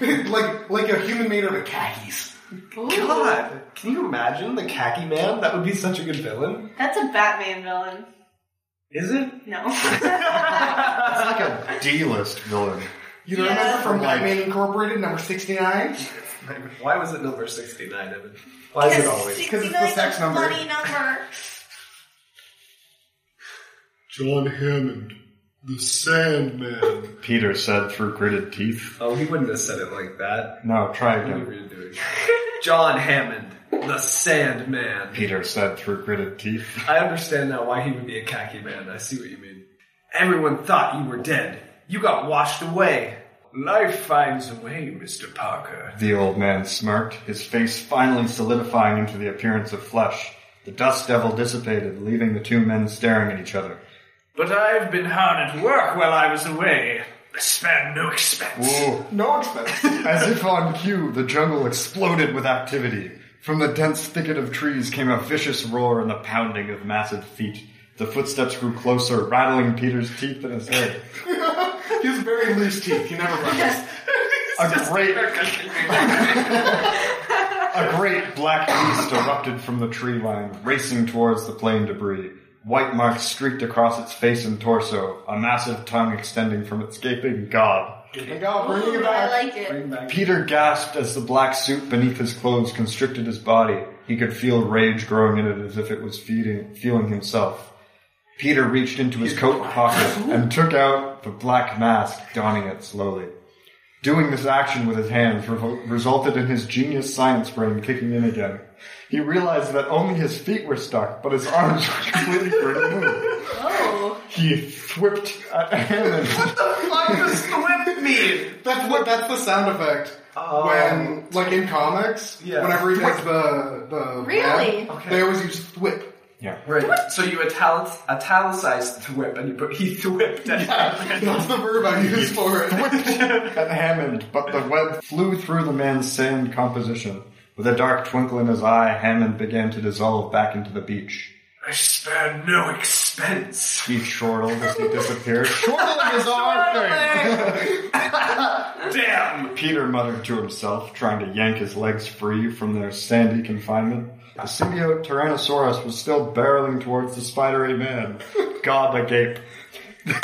B: like like a human made out of khakis.
C: Ooh,
E: God. Can you imagine the khaki man? That would be such a good villain.
C: that's a Batman villain.
E: Is it? <laughs>
C: No.
F: It's like a D-list villain.
B: <laughs> You don't
C: Yeah.
B: remember from
F: Like-
B: Batman Incorporated, number 69?
E: Why was it number sixty-nine, Evan? Why is it always?
B: 'Cause it's the
C: 69 's
B: sex
C: a
B: number.
C: Funny
B: <laughs>
C: number.
F: John Hammond, the Sandman. Peter said through gritted teeth.
E: Oh, he wouldn't have said it like that.
F: No, try
E: What
F: again.
E: were you <laughs> doing? John Hammond, the Sandman.
F: Peter said through gritted teeth.
E: I understand now why he would be a khaki man. I see what you mean. Everyone thought you were dead. You got washed away. Life finds a way, Mr. Parker.
F: The old man smirked, his face finally solidifying into the appearance of flesh. The dust devil dissipated, leaving the two men staring at each other.
E: But I've been hard at work while I was away.
D: Spare no expense.
F: Whoa.
B: No
F: <laughs>
B: expense.
F: As if on cue, the jungle exploded with activity. From the dense thicket of trees came a vicious roar and the pounding of massive feet. The footsteps grew closer, rattling Peter's teeth in
B: <laughs>
F: his head.
B: he has very loose teeth. He never runs.
F: A great, a great black beast erupted from the tree line, racing towards the plain debris. White marks streaked across its face and torso, a massive tongue extending from its gaping gob.
B: Thank God, bringing it
C: Ooh,
B: back.
C: Oh, I like it.
F: Peter gasped as the black suit beneath his clothes constricted his body. He could feel rage growing in it as if it was feeding, feeling himself. Peter reached into his coat pocket and took out the black mask, donning it slowly. Doing this action with his hands revo- resulted in his genius science brain kicking in again. He realized that only his feet were stuck, but his arms were completely free to move.
C: Oh,
F: He whipped at Hammond.
D: What does flip mean?
B: That's what. That's the sound effect
F: Oh.
B: when, like in comics,
E: Yeah.
B: whenever he does the the
C: Really?
B: web, they always use thwip.
F: Yeah.
E: Right. So you italic, italicized thwip and you put he thwipped it.
B: That's the verb I use for it.
F: at Hammond, but the web flew through the man's sand composition. With a dark twinkle in his eye, Hammond began to dissolve back into the beach.
D: I spare no expense.
F: He chortled as he disappeared. Chortling is our thing!
D: Damn.
F: Peter muttered to himself, trying to yank his legs free from their sandy confinement. The symbiote Tyrannosaurus was still barreling towards the spidery man, gob agape. the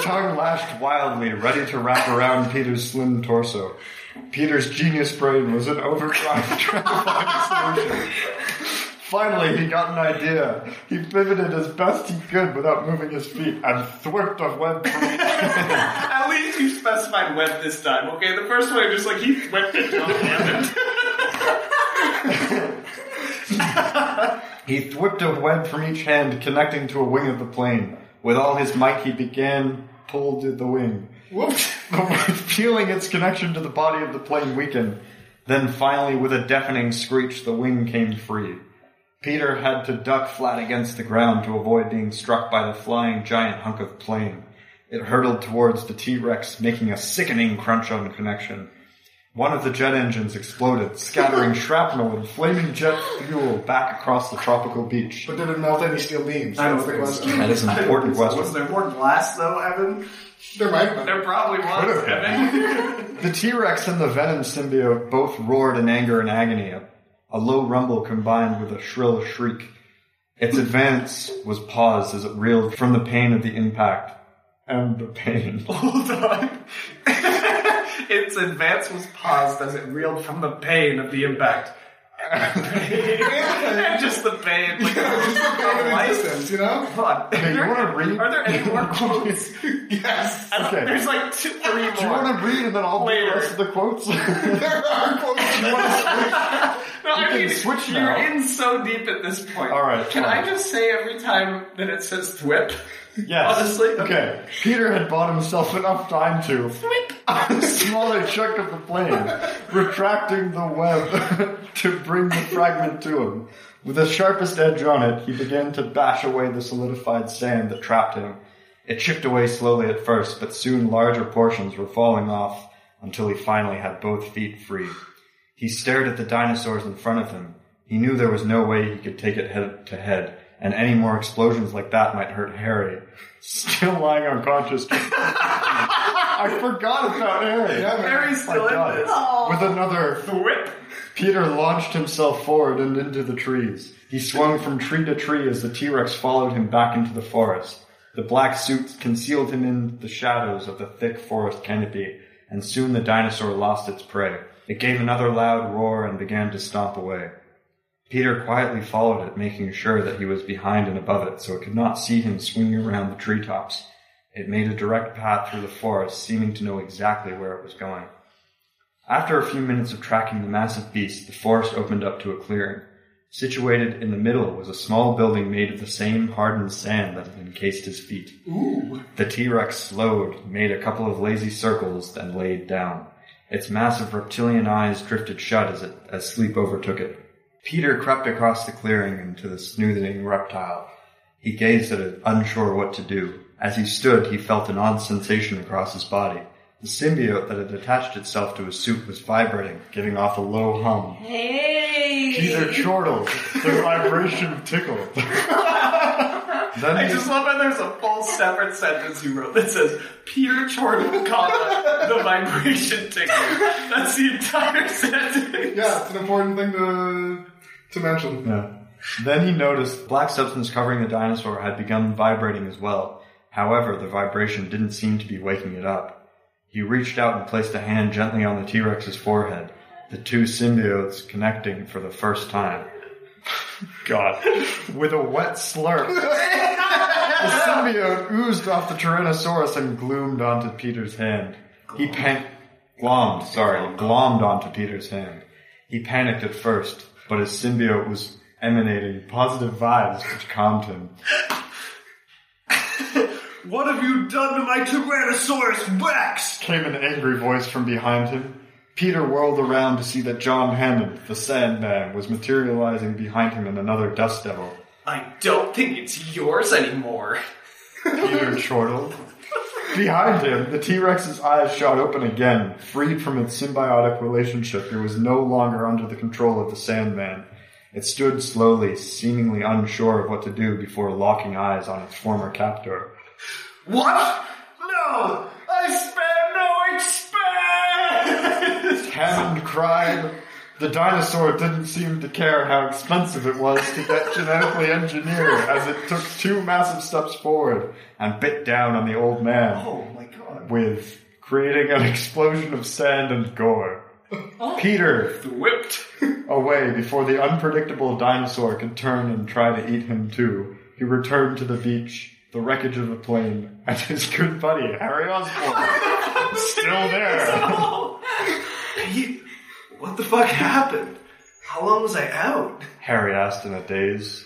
F: tongue lashed wildly, ready to wrap around Peter's slim torso. Peter's genius brain was an overdrive trying to find a solution. <laughs> Finally, he got an idea. He pivoted as best he could without moving his feet and thwarted a web from each
E: At least you specified web this time, okay? The first one, just like he thwipped it.
F: He whipped a web from each hand, connecting to a wing of the plane. With all his might, he began pulled at the wing.
B: Whoops. <laughs>
F: <laughs> The wing feeling its connection to the body of the plane weaken. Then finally, with a deafening screech, the wing came free. Peter had to duck flat against the ground to avoid being struck by the flying giant hunk of plane. It hurtled towards the T-Rex, making a sickening crunch on the connection. One of the jet engines exploded, scattering shrapnel and flaming jet fuel back across the tropical beach.
B: But did it melt any steel beams?
E: I don't
B: That's the
E: think so.
B: question.
F: That is an important
E: Was
F: question.
E: there more glass though, Evan?
B: There might have been.
E: There probably was, Evan.
F: The T-Rex and the Venom symbiote both roared in anger and agony, a, a low rumble combined with a shrill shriek. Its advance was paused as it reeled from the pain of the impact. And the pain.
E: <laughs> Hold on. <laughs> its advance was paused as it reeled from the pain of the impact. and <laughs> just the pain.
B: It
E: Like, <laughs> life.
B: existence, you know?
E: Hold on.
F: Hey, you want to read?
E: Are there any
F: <laughs>
E: more quotes?
B: Yes.
E: I don't-
F: Okay.
E: There's like two, three more.
F: Do you want to read and then I'll read the
E: Later.
F: rest of the quotes? <laughs>
B: There are
E: <laughs>
B: quotes.
E: No, I
F: can
E: mean,
F: switch
E: you're
F: now.
E: in so deep at this point.
F: All right,
E: Can
F: fine.
E: I just say every time that it says thwip? <laughs>
F: yes.
E: Honestly?
F: Okay. Peter had bought himself enough time to a <laughs> smaller chunk of the plane, retracting the web <laughs> to bring the fragment to him. With the sharpest edge on it, he began to bash away the solidified sand that trapped him. It chipped away slowly at first, but soon larger portions were falling off until he finally had both feet free. He stared at the dinosaurs in front of him. He knew there was no way he could take it head to head, and any more explosions like that might hurt Harry. Still lying <laughs> unconscious. I forgot about Harry.
B: Yeah, man.
E: Harry's
F: My
E: still
F: God.
E: in this.
F: With another,
E: Thwip.
F: Peter launched himself forward and into the trees. He swung from tree to tree as the T-Rex followed him back into the forest. The black suit concealed him in the shadows of the thick forest canopy, and soon the dinosaur lost its prey. It gave another loud roar and began to stomp away. Peter quietly followed it, making sure that he was behind and above it so it could not see him swinging around the treetops. It made a direct path through the forest, seeming to know exactly where it was going. After a few minutes of tracking the massive beast, the forest opened up to a clearing. Situated in the middle was a small building made of the same hardened sand that had encased his feet.
B: Ooh.
F: The T-Rex slowed, made a couple of lazy circles, then laid down. Its massive reptilian eyes drifted shut as, it, as sleep overtook it. Peter crept across the clearing into the smoothing reptile. He gazed at it, unsure what to do. As he stood, he felt an odd sensation across his body. The symbiote that had attached itself to his suit was vibrating, giving off a low hum.
C: Hey!
F: These are chortles. They're vibration tickle.
E: I
F: then he
E: just love how there's a full separate sentence you wrote that says Peter Jordan, comma, the vibration tickle. That's the entire sentence.
B: Yeah, it's an important thing to to mention.
F: Yeah. Then he noticed black substance covering the dinosaur had begun vibrating as well. However, the vibration didn't seem to be waking it up. He reached out and placed a hand gently on the T-Rex's forehead, the two symbiotes connecting for the first time. God. With a wet slurp, the symbiote oozed off the Tyrannosaurus and gloomed onto Peter's hand. He pan- glommed, sorry, glommed onto Peter's hand. He panicked at first, but his symbiote was emanating positive vibes which calmed him.
E: What have you done to my Tyrannosaurus Rex?
F: Came an angry voice from behind him. Peter whirled around to see that John Hammond, the Sandman, was materializing behind him in another dust devil.
E: I don't think it's yours anymore.
F: Peter chortled. Behind him, the T-Rex's eyes shot open again. Freed from its symbiotic relationship, it was no longer under the control of the Sandman. It stood slowly, seemingly unsure of what to do before locking eyes on its former captor.
E: What? No! I spare no expense!
F: Hammond cried. The dinosaur didn't seem to care how expensive it was to get genetically engineered as it took two massive steps forward and bit down on the old man.
E: oh my god.
F: with creating an explosion of sand and gore. Peter
E: Whipped. <laughs>
F: away before the unpredictable dinosaur could turn and try to eat him too. He returned to the beach, the wreckage of a plane, and his good buddy Harry Osborn still there.
E: Pete, what the fuck happened? How long was I out?
F: Harry asked in a daze.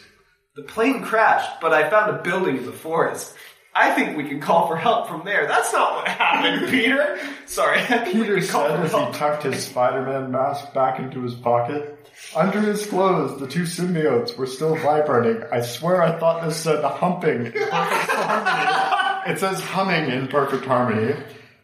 E: The plane crashed, but I found a building in the forest. I think we can call for help from there. That's not what happened, <laughs> Peter. Sorry. I think we
F: Peter
E: can call
F: said
E: for
F: as he
E: help.
F: tucked his Spider-Man mask back into his pocket. Under his clothes, the two symbiotes were still vibrating. I swear I thought this said humping <laughs> in perfect harmony. It says humming in perfect harmony.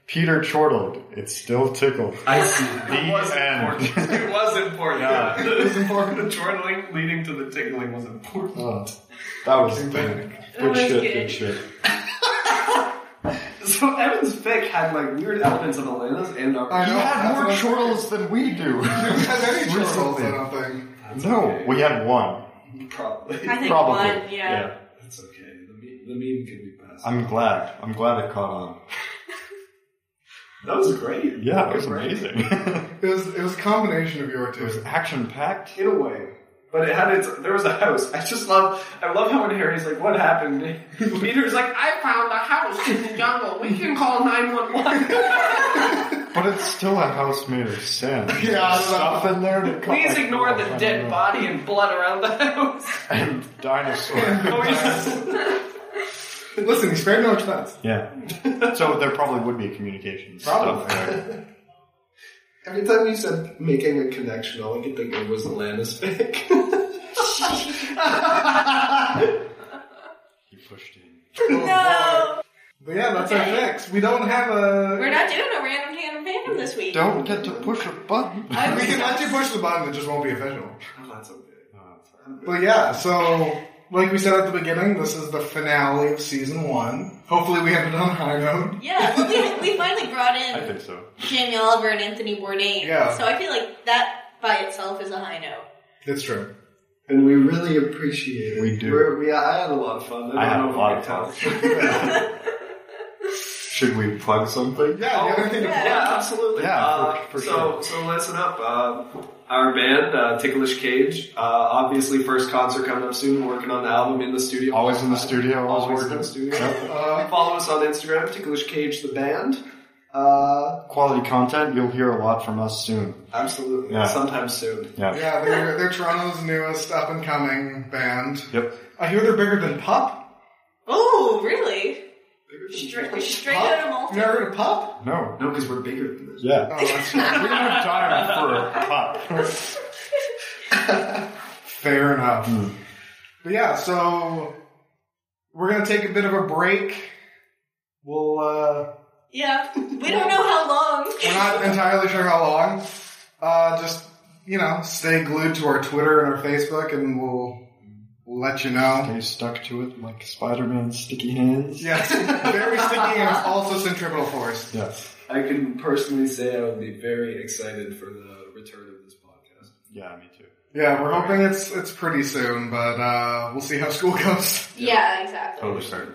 F: Peter chortled. It's still tickled.
E: I see.
F: The
E: It was
F: end.
E: important. It was important.
F: Yeah.
E: <laughs> It was important. The chortling leading to the tickling was important.
F: Oh, that was good. Good
C: was
F: shit,
C: good.
F: good shit.
E: So Evan's fic had like weird elements of Elena's and our.
B: I
F: You
B: know.
F: had
B: that's
F: more
B: what I'm-
F: chortles than we
B: <laughs>
F: do.
B: We don't have any
F: Recently.
B: chortles, I don't think.
F: No, we had one.
E: Probably.
C: I think
F: Probably.
C: one, yeah.
E: That's okay. The meme, the meme can be passed.
F: I'm glad. I'm glad it caught on.
E: that was great.
F: Yeah, it was
E: Great.
F: amazing. <laughs> it
B: It was it was a combination of your two. <laughs>
F: was action-packed.
E: In a way. But it had its, there was a house. I just love, I love how when Harry's like, what happened? Peter's like, I found a house in the jungle. We can call
F: <laughs>
E: 911.
F: But it's still a house made of sand.
B: Yeah, I
F: There's stuff in there to cut-
E: Please ignore the
F: I don't
E: dead
F: know.
E: body and blood around the house.
F: <laughs> and
E: <laughs>
F: dinosaur.
E: Oh, yes.
B: Listen, he spared no expense.
F: yeah. So there probably would be communications
E: Probably.
F: stuff there.
E: Every time you said making a connection, all I could think of was Atlantis <laughs> fic.
F: You pushed in.
B: Oh,
C: No!
B: But yeah, that's our fix. We don't have a.
C: We're not doing a random tandem fandom this week.
F: Don't get to push
E: <laughs>
F: a button.
C: I'm
B: We can
C: sorry.
B: let you push the button. It just won't be official.
E: that's okay.
B: But yeah, so like we said at the beginning, this is the finale of season one. Hopefully, we ended on a high note.
C: Yeah, well, we, we finally brought
F: I
C: in
F: think so.
C: Jamie Oliver and Anthony Bourdain.
B: Yeah.
C: So I feel like that by itself is a high note.
B: It's true.
E: And we really appreciate it.
F: We do.
E: We're, we, I had a lot of fun. don't
F: I had
E: know
F: a
E: if
F: lot
E: you
F: of
E: can
F: fun.
E: tell.
F: Should we plug something?
B: Yeah, the other thing.
C: yeah.
E: Oh, Yeah, absolutely.
F: Yeah,
E: Uh,
F: for- for
E: so,
F: sure.
E: So listen up. Uh, our band, uh, Ticklish Cage, uh, obviously first concert coming up soon. Working on the album in the studio.
F: Always in the studio, always,
E: Always in
F: working.
E: the studio.
C: Oh,
B: Uh,
E: Follow us on Instagram, Ticklish Cage the band. Uh,
F: Quality content, you'll hear a lot from us soon.
E: absolutely.
F: Yeah.
E: Sometime soon.
B: <laughs>
F: Yeah.
B: yeah, they're they're Toronto's newest up and coming band.
F: Yep.
B: I hear they're bigger than Pup.
C: Oh, really? Straight, straight out of
B: Pup?
C: Malta.
B: You never heard of Pup?
F: No.
E: No, because we're bigger than this.
F: Yeah.
B: Oh, that's
F: we don't have time for a pop. Hmm.
B: fair enough. But yeah, so We're gonna take a bit of a break. We'll, uh,
C: Yeah. We don't know how long.
B: we're not entirely sure how long. Uh, just, you know, stay glued to our Twitter and our Facebook and we'll we'll let you know.
F: Stay stuck to it like Spider-Man's sticky hands.
B: Yes, very sticky and also centripetal force.
F: Yes.
E: I can personally say I would be very excited for the return of this podcast.
F: Yeah, me too.
B: Yeah, we're hoping it's it's pretty soon, but uh, we'll see how school goes.
C: Yeah, exactly.
F: Totally certain.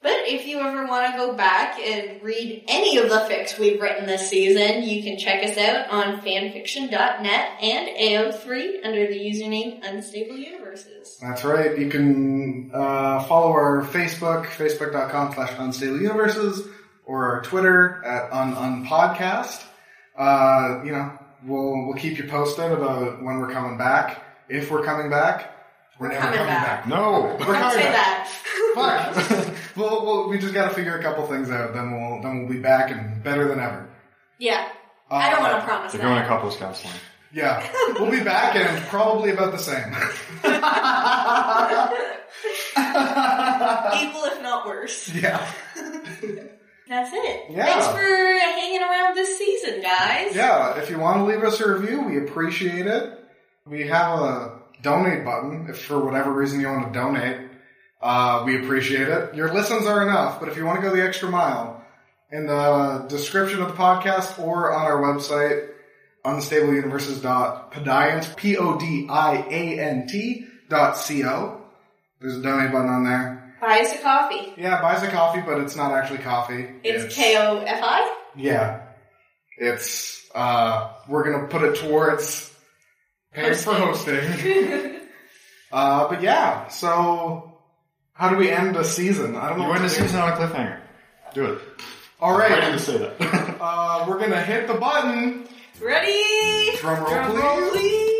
C: But if you ever want to go back and read any of the fics we've written this season, you can check us out on fanfiction.net and AO3 under the username Unstable Universes.
B: That's right. You can uh, follow our Facebook, facebook.com slash unstable universes, or our Twitter at ununpodcast. Uh, you know, we'll, we'll keep you posted about when we're coming back, if we're coming back. We're never
C: coming back.
F: No.
B: We're
C: Don't
B: coming
C: say
B: back.
C: that.
B: Fuck. <laughs> well, well, we just gotta figure a couple things out, then we'll, then we'll be back and better than ever.
C: <laughs> yeah,
B: Uh,
C: I don't want to promise
F: They're going to
C: that.
F: couples counseling.
B: Yeah, we'll be back and probably about the same. <laughs>
C: <laughs> Equal if not worse.
B: yeah.
C: That's it.
B: Yeah.
C: Thanks for hanging around this season, guys.
B: Yeah, if you want to leave us a review, we appreciate it. We have a donate button if for whatever reason you want to donate. Uh, we appreciate it. Your listens are enough, but if you want to go the extra mile, in the description of the podcast or on our website, unstableuniverses.podiant, P-O-D-I-A-N-T dot C-O. There's a donate button on there.
C: Buy us a coffee.
B: Yeah, buy us a coffee, but it's not actually coffee.
C: It's K-O-F-I.
B: Yeah. It's, uh, we're gonna put it towards paying for
C: <laughs>
B: hosting. uh, but yeah, so, how do we end a season? I don't
F: You
B: know.
F: win
B: what
F: the
B: to do.
F: season on a cliffhanger. Do it. I didn't
B: Alright,
F: say that. <laughs>
B: uh, we're gonna hit the button.
C: <laughs> Ready?
B: Drum roll,
C: Drum
B: please.
C: roll, please.